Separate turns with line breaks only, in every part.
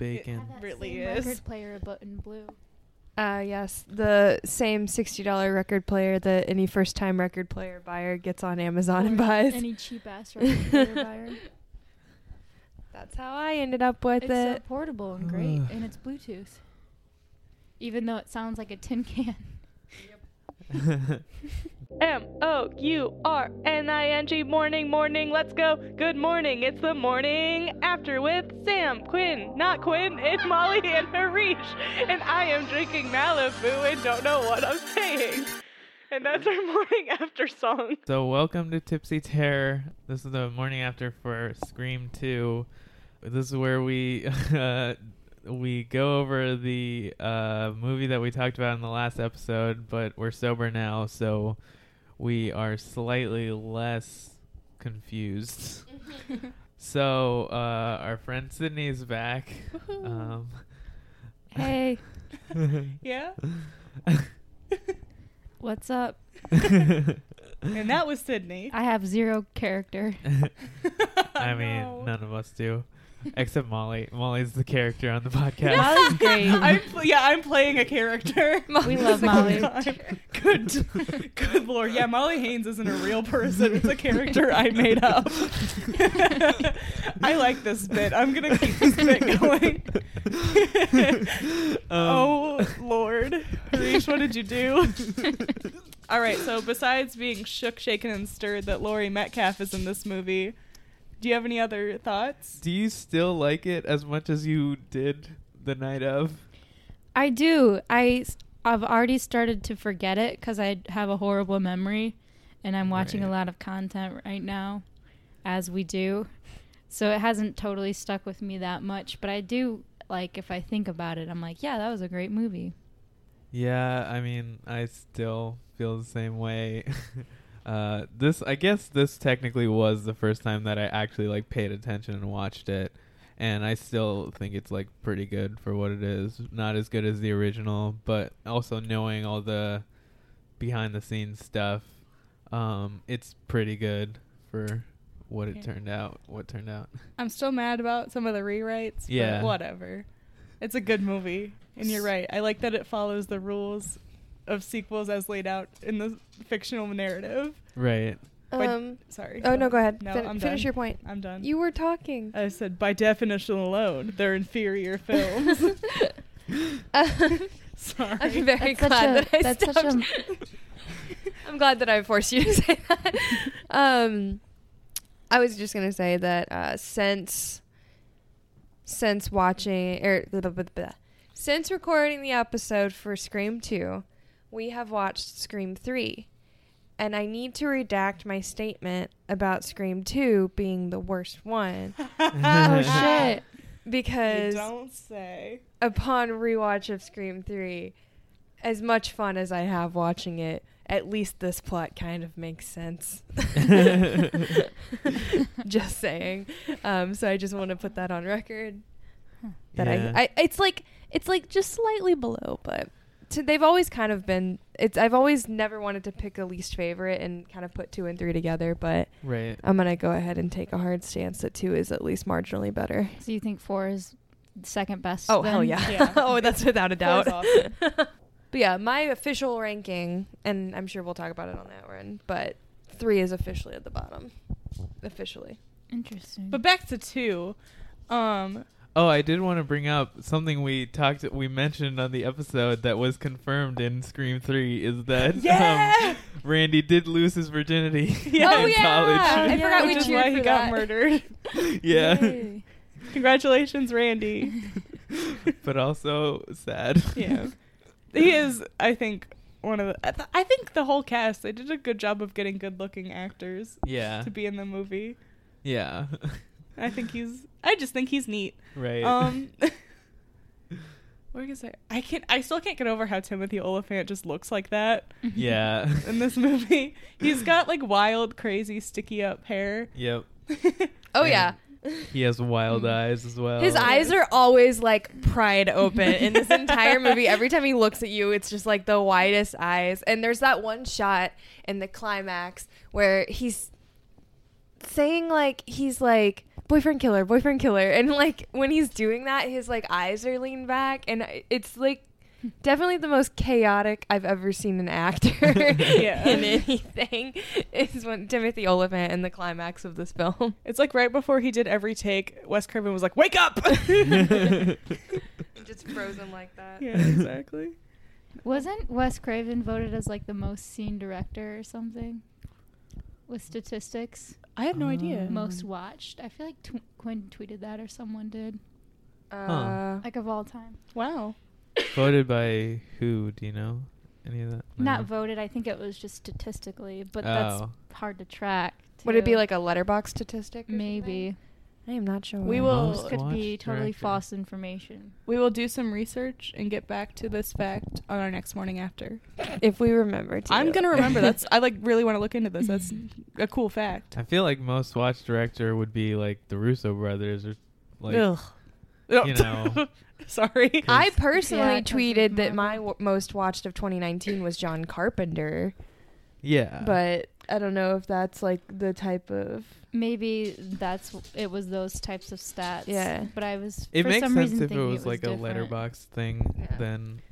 bacon.
that
really
same
is.
Record player, but in blue.
Uh, yes, the same $60 record player that any first time record player buyer gets on Amazon and
Or
buys.
Any cheap ass record player buyer.
That's how I ended up with
It's so
it.
portable and great,
Ugh.
and it's Bluetooth. Even though it sounds like a tin can.
M O U R N I N G morning, morning, let's go. Good morning, it's the morning after with Sam, Quinn, not Quinn, it's Molly and Harish. And I am drinking Malibu and don't know what I'm saying. And that's our morning after song.
so welcome to Tipsy Terror. This is the morning after for Scream 2. This is where we uh, we go over the uh, movie that we talked about in the last episode, but we're sober now, so we are slightly less confused. so uh, our friend Sydney is back. Um,
Hey,
Yeah.
what's up?
Um,
And that was Sydney.
I have zero character.
I mean,
No.
none of us do, except Molly. Molly's the character on the podcast.
Molly's great.
I'm pl- yeah, I'm playing a character.
we love Molly.
good, good lord. Yeah, Molly Haynes isn't a real person. It's a character I made up. I like this bit. I'm gonna keep this bit going.
Um,
oh lord, Harish, what did you do? All right. So besides being shook, shaken, and stirred that Laurie Metcalf is in this movie, do you have any other thoughts?
Do you still like it as much as you did the night of?
I do. I have already started to forget it because I have a horrible memory, and I'm watching a
Right.
lot of content right now, as we do. So it hasn't totally stuck with me that much, but I do like if I think about it, I'm like, yeah, that was a great movie.
Yeah, I mean, I still feel the same way. uh, this, I guess, this technically was the first time that I actually like paid attention and watched it, and I still think it's like pretty good for what it is. Not as good as the original, but also knowing all the behind the scenes stuff, um, it's pretty good for what it
Yeah.
turned out. What turned out.
I'm still mad about some of the rewrites.
Yeah.
But whatever. It's a good movie, and you're right. I like that it follows the rules of sequels as laid out in the fictional narrative.
Right.
By-
Um,
Sorry.
oh, no, go ahead.
No,
Fin-
I'm
finish
done.
your point.
I'm done.
You were talking.
I said by definition alone, they're inferior films. Sorry.
I'm very
That's such
glad
a-
that I
that's such
stopped. I'm glad that I forced you to say that. um, I was just gonna say that uh, since since watching er, blah, blah, blah, blah. since recording the episode for Scream Two, we have watched Scream Three, and I need to redact my statement about Scream Two being the worst one
oh
Ah.
shit!
You
because
don't say.
upon rewatch of Scream 3, as much fun as I have watching it, at least this plot kind of makes sense. just saying. Um, so I just want to put that on record. That
Yeah.
I, I, it's like it's like just slightly below, but to, they've always kind of been. It's I've always never wanted to pick a least favorite and kind of put two and three together, but
right.
I'm gonna go ahead and take a hard stance that two is at least marginally better.
So you think four is the second best?
Oh
then?
hell yeah!
Yeah.
oh, that's without a doubt.
Four's awesome.
But yeah, my official ranking, and I'm sure we'll talk about it on that one, but three is officially at the bottom. Officially.
Interesting.
But back to two. Um,
Oh, I did want to bring up something we talked we mentioned on the episode that was confirmed in Scream 3 is that
yeah.
um, Randy did lose his virginity
Yeah.
in
Oh,
yeah!
college.
I forgot we
Which is
cheered
why
for
he
that.
got murdered.
yeah.
Yay.
Congratulations, Randy.
but also sad.
yeah he is i think one of the I, th- I think the whole cast they did a good job of getting good looking actors
Yeah.
to be in the movie
Yeah.
i think he's i just think he's neat
right.
um what were you gonna say i can't i still can't get over how timothy oliphant just looks like that
yeah.
in this movie he's got like wild crazy sticky up hair
Yep.
Oh
And
yeah.
He has wild
Mm.
eyes as well.
His eyes are always like pried open in this entire movie. Every time he looks at you, it's just like the widest eyes. And there's that one shot in the climax where he's saying like he's like boyfriend killer, boyfriend killer. And like when he's doing that, his like eyes are leaned back and I- it's like definitely the most chaotic I've ever seen an actor
Yeah.
in anything is when Timothy Oliphant in the climax of this film.
It's like right before he did every take, Wes Craven was like, "Wake up!"
Just frozen like that.
yeah, exactly.
Wasn't Wes Craven voted as like the most seen director or something? With statistics,
I had no idea.
Um,
most watched. I feel like tw- Quinn tweeted that or someone did.
Uh,
Like of all time.
Wow.
Voted by who? Do you know any of that?
Not
No.
voted. I think it was just statistically, but
Oh.
that's hard to track.
would it be
too.
like a letterbox statistic? or
maybe?
something? I am not sure.
We will-
This
Most
could be
watched
totally
director.
false information.
We will do some research and get back to this fact on our next morning after.
if we remember. To.
I'm gonna remember. That's I like really want to look into this. That's a cool fact.
I feel like most watched director would be like the Russo brothers or like You know.
Sorry.
I
'Cause-
personally
Yeah, 'cause of
tweeted
Marvel.
that my w- most watched of 2019 was John Carpenter,
yeah.
but I don't know if that's like the type of
Maybe that's it was those types of stats.
Yeah.
but I was
it
for
makes
some
sense
reason
if it
thinking
was like
different.
a letterbox thing.
Yeah.
Then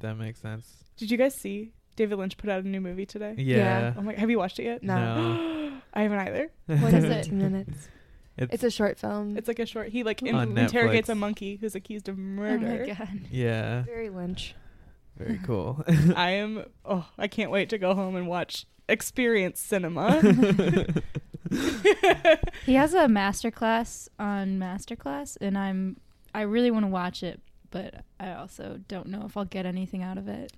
that makes sense.
Did you guys see David Lynch put out a new movie today?
Yeah. Uh.
Oh my! Have you watched it yet?
No.
I haven't either.
What is it?
17 minutes.
It's,
It's a short film.
It's like a short. He like in-
On
interrogates
Netflix.
a monkey who's accused of
Oh
murder.
my god.
yeah.
very Lynch.
Very cool.
I am. Oh, I can't wait to go home and watch experience cinema.
He has a masterclass on masterclass, and I'm I really want to watch it, but I also don't know if I'll get anything out of it.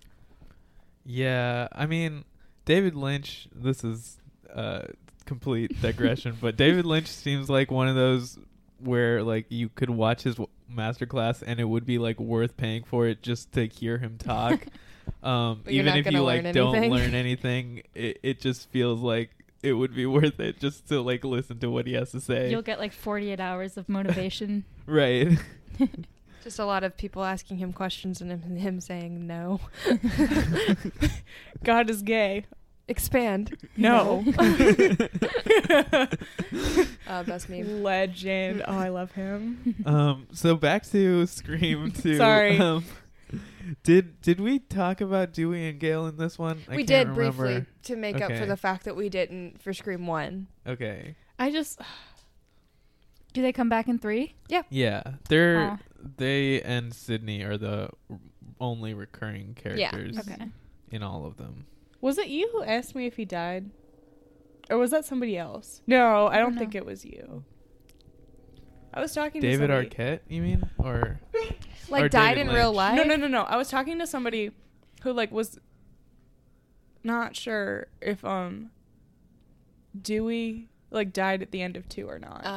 Yeah, I mean, David Lynch. This is uh, complete digression, but David Lynch seems like one of those where like you could watch his w- masterclass and it would be like worth paying for it just to hear him talk. um,
But you're
even
not
if
gonna
you like
learn
don't
anything.
learn anything, it, it just feels like it would be worth it just to like listen to what he has to say.
You'll get like 48 hours of motivation.
right.
Just a lot of people asking him questions and him, him saying no.
God is gay.
Expand.
No.
Uh, best meme.
Legend. Oh, I love him.
um so back to scream 2
Sorry.
um, did did we talk about dewey and gale in this one I
we
can't
did
remember.
briefly to make up for
Okay.
the fact that we didn't for Scream 1.
okay
I just
Do they come back in three?
yeah they're
Aw.
they and sydney are the r- only recurring characters
Okay.
in all of them
was it you who asked me if he died, or was that somebody else? No, I don't
don't
think
know.
it was you. I was talking
Oh. david
to somebody.
arquette you mean or
Like
Or
died
David
in real
Lynch.
life.
No, no, no, no. I was talking to somebody who like was not sure if um Dewey like died at the end of two or not.
Uh,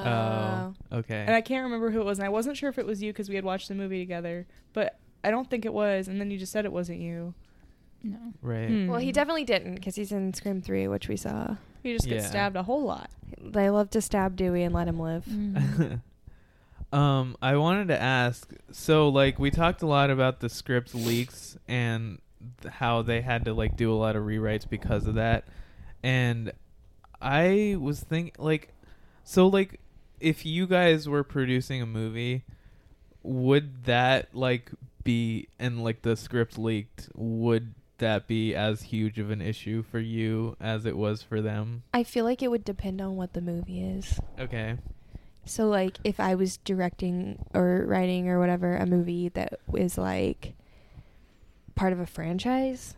oh okay
and I can't remember who it was, and I wasn't sure if it was you because we had watched the movie together, but I don't think it was. And then you just said it wasn't you.
No.
right
Hmm.
Well, he definitely didn't because he's in Scream 3, which we saw.
He just gets
Yeah.
stabbed a whole lot.
They love to stab Dewey and let him live.
Mm.
um, I wanted to ask. So, like, we talked a lot about the script leaks and th- how they had to like do a lot of rewrites because of that. And I was think like, so like, if you guys were producing a movie, would that like be and like the script leaked? Would that be as huge of an issue for you as it was for them?
I feel like it would depend on what the movie is.
Okay.
So, like, if I was directing or writing or whatever a movie that is like part of a franchise,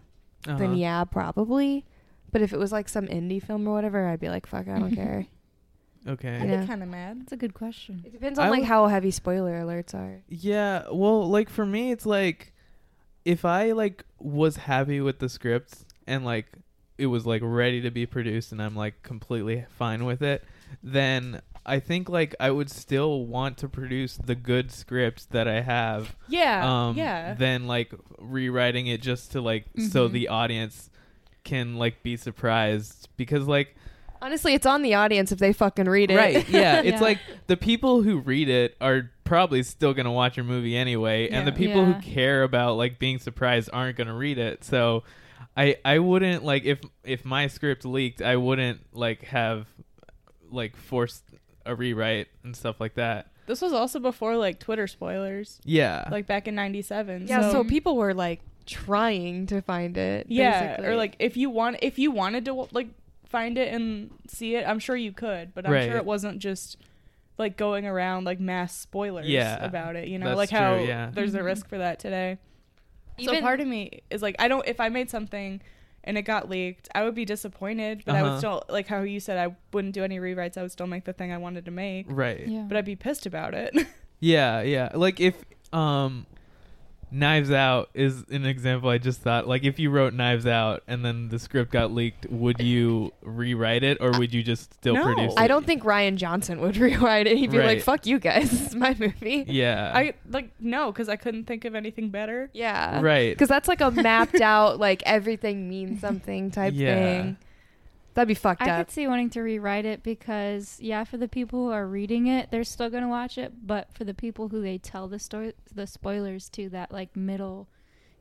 Uh-huh.
then yeah, probably. But if it was like some indie film or whatever, I'd be like, fuck, I don't care.
Okay.
I'd
Yeah.
be kind of mad.
That's a good question.
It depends
I
on like
would-
how heavy spoiler alerts are.
Yeah, well, like for me, it's like if I like was happy with the script and like it was like ready to be produced and I'm like completely fine with it, then I think like I would still want to produce the good script that I have.
Yeah.
um,
Uh, yeah.
Than like rewriting it just to like so
Mhm.
the audience can like be surprised because like
Honestly, it's on the audience if they fucking read it.
Right. Yeah. It's
Yeah.
like the people who read it are probably still going to watch your movie anyway, and the
Yeah.
people
Yeah.
who care about like being surprised aren't going to read it. So, I I wouldn't like if if my script leaked, I wouldn't like have like forced a rewrite and stuff like that.
This was also before like Twitter spoilers,
Yeah.
like back in '97.
Yeah, so,
so
Mhm.
people were like trying to find it.
yeah,
basically.
or like if you want, if you wanted to like find it and see it, I'm sure you could, but I'm
Right.
sure it wasn't just like going around like mass spoilers
Yeah,
about it. You know,
that's
like how
true, yeah.
there's a
Mm-hmm.
Mhm.
risk for that today. so
Even-
part of me is like, I don't. If I made something and it got leaked, I would be disappointed, but I would
Uh-huh.
still like how you said I wouldn't do any rewrites. I would still make the thing I wanted to make,
Right.
Yeah.
but I'd be pissed about it.
Yeah, yeah. Like if um Knives Out is an example I just thought like if you wrote Knives Out and then the script got leaked, would you rewrite it or would you just still
No.
produce it?
I don't think Ryan Johnson would rewrite it. He'd be like,
Right.
"Fuck you guys, this is my movie."
Yeah.
I like no, because I couldn't think of anything better.
Yeah.
right.
Because that's like a mapped out, like everything means something type
Yeah.
thing. That'd be fucked
I
up.
could see wanting to rewrite it because, yeah, for the people who are reading it, they're still going to watch it. But for the people who they tell the story, the spoilers to that like middle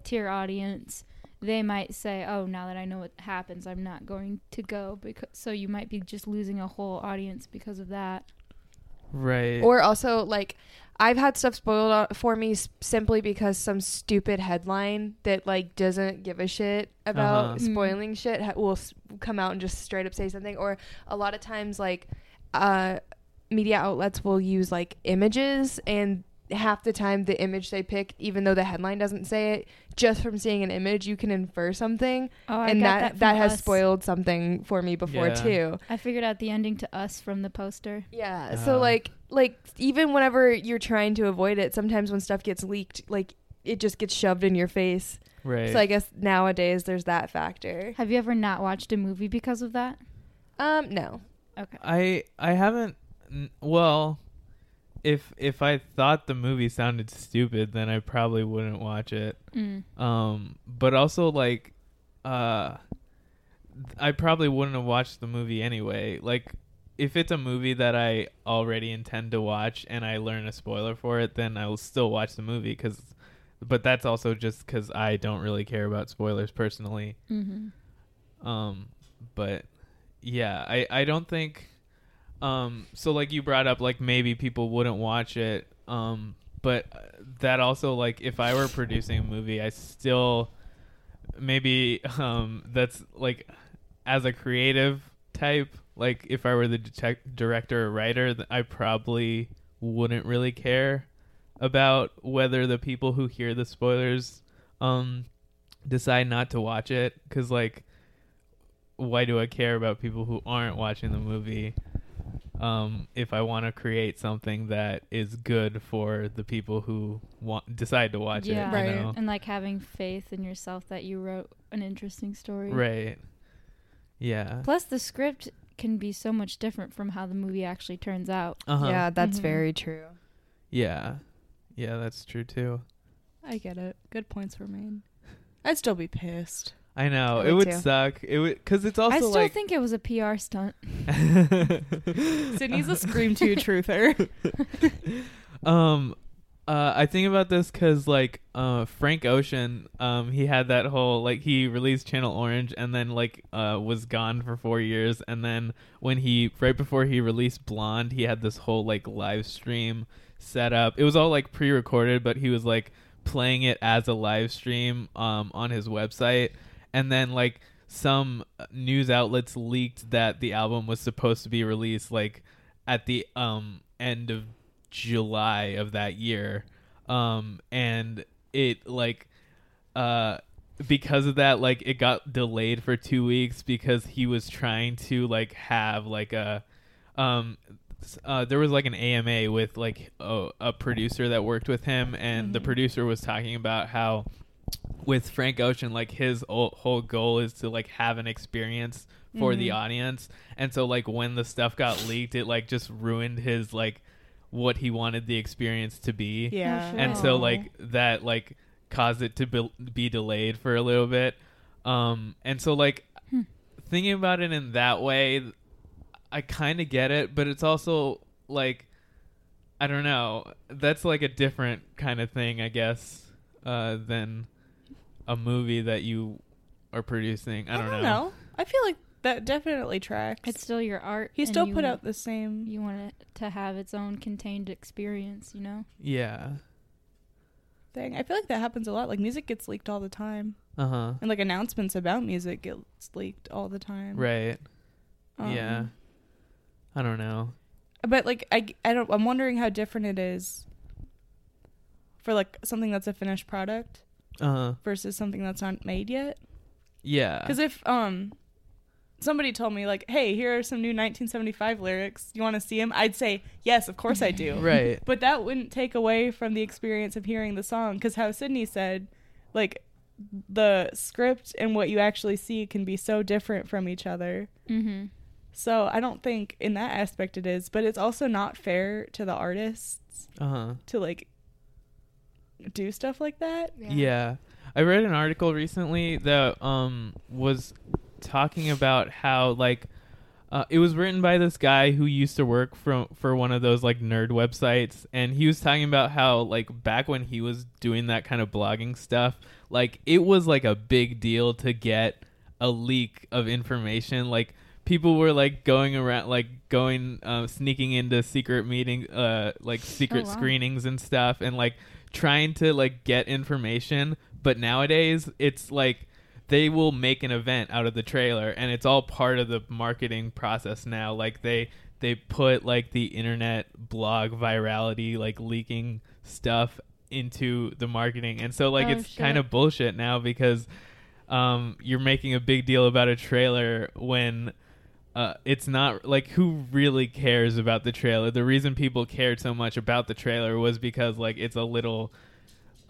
tier audience, they might say, "Oh, now that I know what happens, I'm not going to go." Because so you might be just losing a whole audience because of that.
Right.
Or also, like, I've had stuff spoiled o- for me s- simply because some stupid headline that like doesn't give a shit about
Uh-huh.
Mm.
spoiling shit ha- will s- come out and just straight up say something. Or a lot of times, like, uh, media outlets will use like images and. Half the time, the image they pick, even though the headline doesn't say it, just from seeing an image, you can infer something.
Oh, I
and
got
that that,
from
has
Us.
spoiled something for me before
Yeah.
too.
I figured out the ending to us from the poster.
Yeah. so
Uh.
like like even whenever you're trying to avoid it, sometimes when stuff gets leaked, like it just gets shoved in your face.
right.
So I guess nowadays there's that factor.
Have you ever not watched a movie because of that?
Um no.
Okay.
I I haven't n- well if if I thought the movie sounded stupid, then I probably wouldn't watch it.
Mm.
um but also like uh i probably wouldn't have watched the movie anyway like if it's a movie that i already intend to watch and i learn a spoiler for it then i'll still watch the movie because but that's also just because i don't really care about spoilers personally
hmm
mm-hmm.
um but yeah i i don't think um so like you brought up like maybe people wouldn't watch it um but uh, that also like if i were producing a movie i still maybe um that's like as a creative type like if i were the detec- director or writer th- i probably wouldn't really care about whether the people who hear the spoilers um decide not to watch it because like why do i care about people who aren't watching the movie um if i want to create something that is good for the people who want decide to watch
Yeah.
it
Right.
you know?
And like having faith in yourself that you wrote an interesting story.
Right. Yeah.
Plus, the script can be so much different from how the movie actually turns out.
Uh-huh. Yeah.
Yeah, that's
Mhm.
very true.
Yeah. that's true too.
I get it. Good points were made. I'd still be pissed.
I know.
I
it
would
would
too.
suck. It would cuz it's also
I still
like
think it was a PR stunt.
Sydney's a scream two truther.
um uh, I think about this because, like, uh, Frank Ocean, um, he had that whole like he released Channel Orange and then like uh, was gone for four years, and then when he right before he released Blonde, he had this whole like live stream set up. It was all like pre-recorded, but he was like playing it as a live stream um, on his website, and then like some news outlets leaked that the album was supposed to be released like at the um end of July of that year. Um and it like uh because of that like it got delayed for 2 weeks because he was trying to like have like a um s- uh, there was like an AMA with like a, a producer that worked with him and the producer was talking about how with Frank Ocean, like his o- whole goal is to like have an experience for the audience, and so like when the stuff got leaked, it like just ruined his like what he wanted the experience to be,
Yeah.
sure.
and so
Aw.
like that like caused it to be, be delayed for a little bit, um, and so like thinking about it in that way, I kind of get it, but it's also like I don't know. That's like a different kind of thing, I guess, uh, than a movie that you are producing. I don't,
I feel like that definitely tracks.
It's still your art.
he
and
still
you
put
want-
out the same.
You want it to have its own contained experience, you know?
Yeah.
thing. I feel like that happens a lot. Like music gets leaked all the time,
Uh huh.
and like announcements about music gets leaked all the time.
Right.
Um,
yeah. I don't know.
But like I, I don't. I'm wondering how different it is for like something that's a finished product
Uh huh.
versus something that's not made yet.
Yeah.
Because if um somebody told me like, hey, here are some new 1975 lyrics. You want to see them? I'd say yes, of course I do.
right.
But that wouldn't take away from the experience of hearing the song because how Sydney said, like, the script and what you actually see can be so different from each other.
Mm-hmm.
So I don't think in that aspect it is, but it's also not fair to the artists
Uh huh.
to like do stuff like that.
Yeah. I read an article recently that um was talking about how like uh, it was written by this guy who used to work from for one of those like nerd websites and he was talking about how like back when he was doing that kind of blogging stuff like it was like a big deal to get a leak of information like people were like going around like going uh, sneaking into secret meeting uh like secret
wow.
screenings and stuff and like trying to like get information but nowadays it's like they will make an event out of the trailer and it's all part of the marketing process now like they they put like the internet blog virality like leaking stuff into the marketing and so like
Oh,
it's kind of
shit.
bullshit now because um you're making a big deal about a trailer when uh, it's not like who really cares about the trailer. The reason people cared so much about the trailer was because like it's a little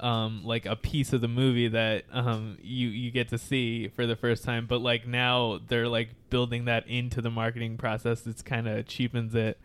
um like a piece of the movie that um you you get to see for the first time but like now they're like building that into the marketing process it's kind of cheapens it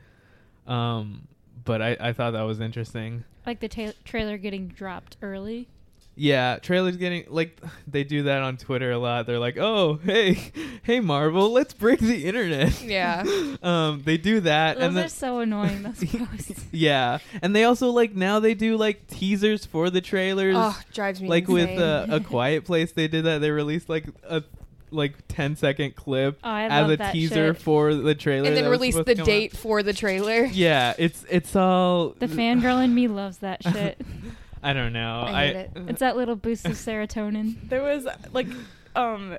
um but i i thought that was interesting
Like the ta- trailer getting dropped early.
yeah, trailers getting like they do that on Twitter a lot. They're like, "Oh, hey, hey Marvel, let's break the internet."
Yeah.
um, they do that,
Those
and then
are Oh, so annoying, those posts.
yeah, and they also like now they do like teasers for the trailers.
Oh, drives me
like with
insane.
uh, a quiet place, they did that. They released like a like 10 second clip
Oh, I
as
love
a
that
teaser
shit.
for the trailer,
and then
that was
release
supposed
the
to come
date for the trailer.
out. Yeah, it's it's all
The fangirl in me loves that shit.
I don't know.
I hate it.
It's uh, that little boost of serotonin.
There was like um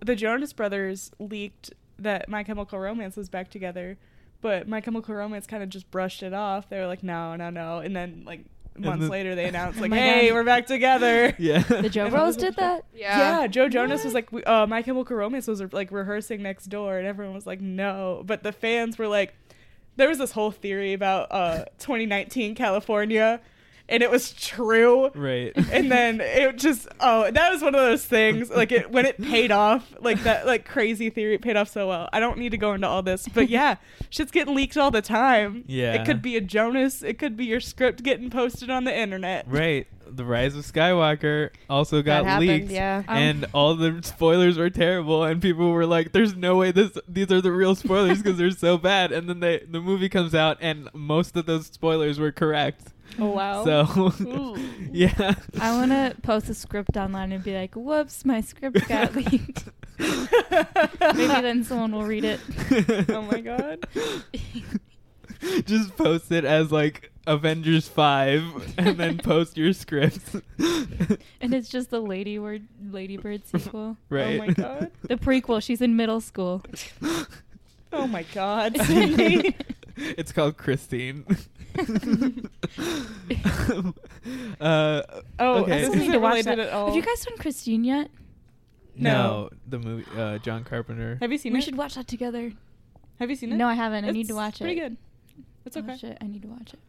the Jonas Brothers leaked that My Chemical Romance was back together, but My Chemical Romance kind of just brushed it off. They were like, "No, no, no." And then like
And
months
then-
later they announced
Oh
like,
my
"Hey,
God.
we're back together."
yeah.
The Joe
And it
Bros
was
did that?
Yeah.
Yeah.
Joe Jonas was
What?
like, we, uh, My Chemical Romance was like rehearsing next door, and everyone was like, no. But the fans were like, there was this whole theory about uh, 2019 California, and it was true.
right.
And then it just, oh, that was one of those things. Like, it when it paid off, like that, like crazy theory, it paid off so well. I don't need to go into all this, but yeah, shit's getting leaked all the time.
Yeah.
It could be a Jonas, it could be your script getting posted on the internet.
Right. The Rise of Skywalker also got
that happened.
leaked.
Yeah.
Um,
and all the spoilers were terrible and people were like there's no way this these are the real spoilers because they're so bad and then they the movie comes out and most of those spoilers were correct
Oh, wow.
so
Ooh.
yeah
I want to post a script online and be like, whoops, my script got leaked. Maybe then someone will read it.
Oh my god.
just post it as like avengers 5 and then post your
Oh
scripts
And it's just the Lady Word, Ladybird sequel.
right
Oh my god.
The prequel, she's in middle school.
Oh my god, Sydney.
it's called christine uh,
oh,
Okay. I
this
still
need
isn't
to watch
related
that.
at all.
Have you guys done Christine yet?
no.
No.
the movie uh, john carpenter
Have you seen
we
it?
should watch that together.
Have you seen it?
No, I haven't. I need
It's
to watch
Pretty
it.
good. It's okay.
Oh, shit, I need to watch it.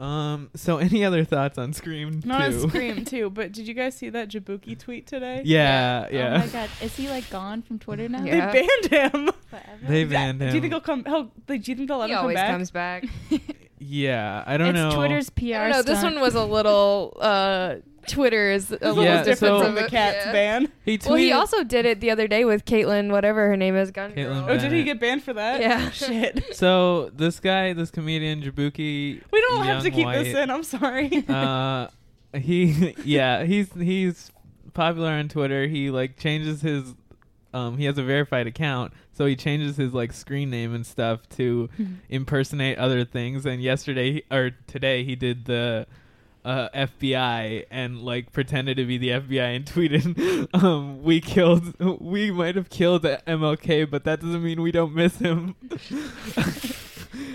Um. So, any other thoughts on Scream?
Not
two?
on Scream too, but did you guys see that Jabuki tweet today?
Yeah.
Oh
Uh, Yeah.
my god, is he like gone from Twitter now?
Yeah.
They banned him.
Forever?
They banned him.
Do you think he'll come? He'll, do you think they'll ever
he
Oh, come
always
back?
comes back.
yeah. I don't
it's
know.
Twitter's PR.
I don't know. This
stunt.
one was a little. Uh, Twitter is a little
Yeah,
different
so-
from
from the
it.
cat's
Yeah.
ban.
He tweeted.
Well, he also did it the other day with Caitlyn, whatever her name is, Gun
Caitlyn
Girl.
Oh,
Bennett.
did he get banned for that?
Yeah.
Shit.
so this guy, this comedian Jabuki.
We don't have to
Young
keep this
White,
in. I'm sorry.
uh, he. Yeah. He's he's popular on Twitter. He like changes his um, he has a verified account, so he changes his like screen name and stuff to impersonate other things. And yesterday or today, he did the uh, FBI and like pretended to be the FBI and tweeted, um, "We killed, we might have killed MLK, but that doesn't mean we don't miss him."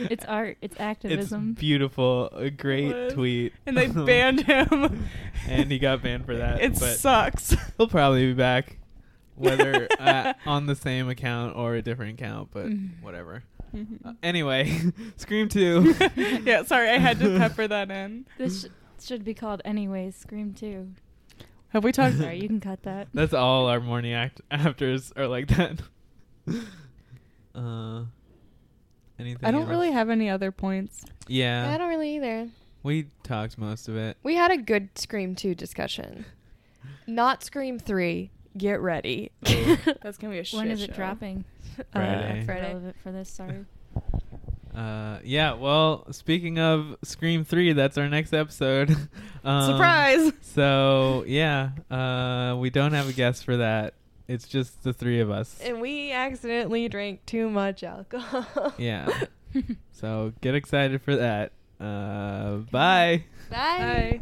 It's art. It's
It's
activism.
beautiful, a great
What?
tweet,
and they banned him.
and he got banned for that.
It
but
sucks.
he'll probably be back, whether uh, on the same account or a different account, but
Mm.
whatever. Uh, anyway, Scream Two.
yeah, sorry, I had to pepper that in.
this sh- should be called anyways. Scream too.
Have we talked?
Sorry, you can cut that.
That's all our morning act- afters are like that. uh, anything?
I don't
else?
really have any other points.
Yeah,
I don't really either.
we talked most of it.
We had a good Scream 2 discussion. Not Scream 3. Get ready.
Oh.
That's gonna be a shit
When is it
show.
dropping?
Friday.
Uh, Friday.
Relevant for this. Sorry.
Uh, yeah. Well, speaking of Scream Three, that's our next episode. um,
Surprise!
So yeah, uh, we don't have a guest for that. It's just the three of us.
And we accidentally drank too much alcohol.
Yeah. so get excited for that. Uh, bye.
Bye.
Bye.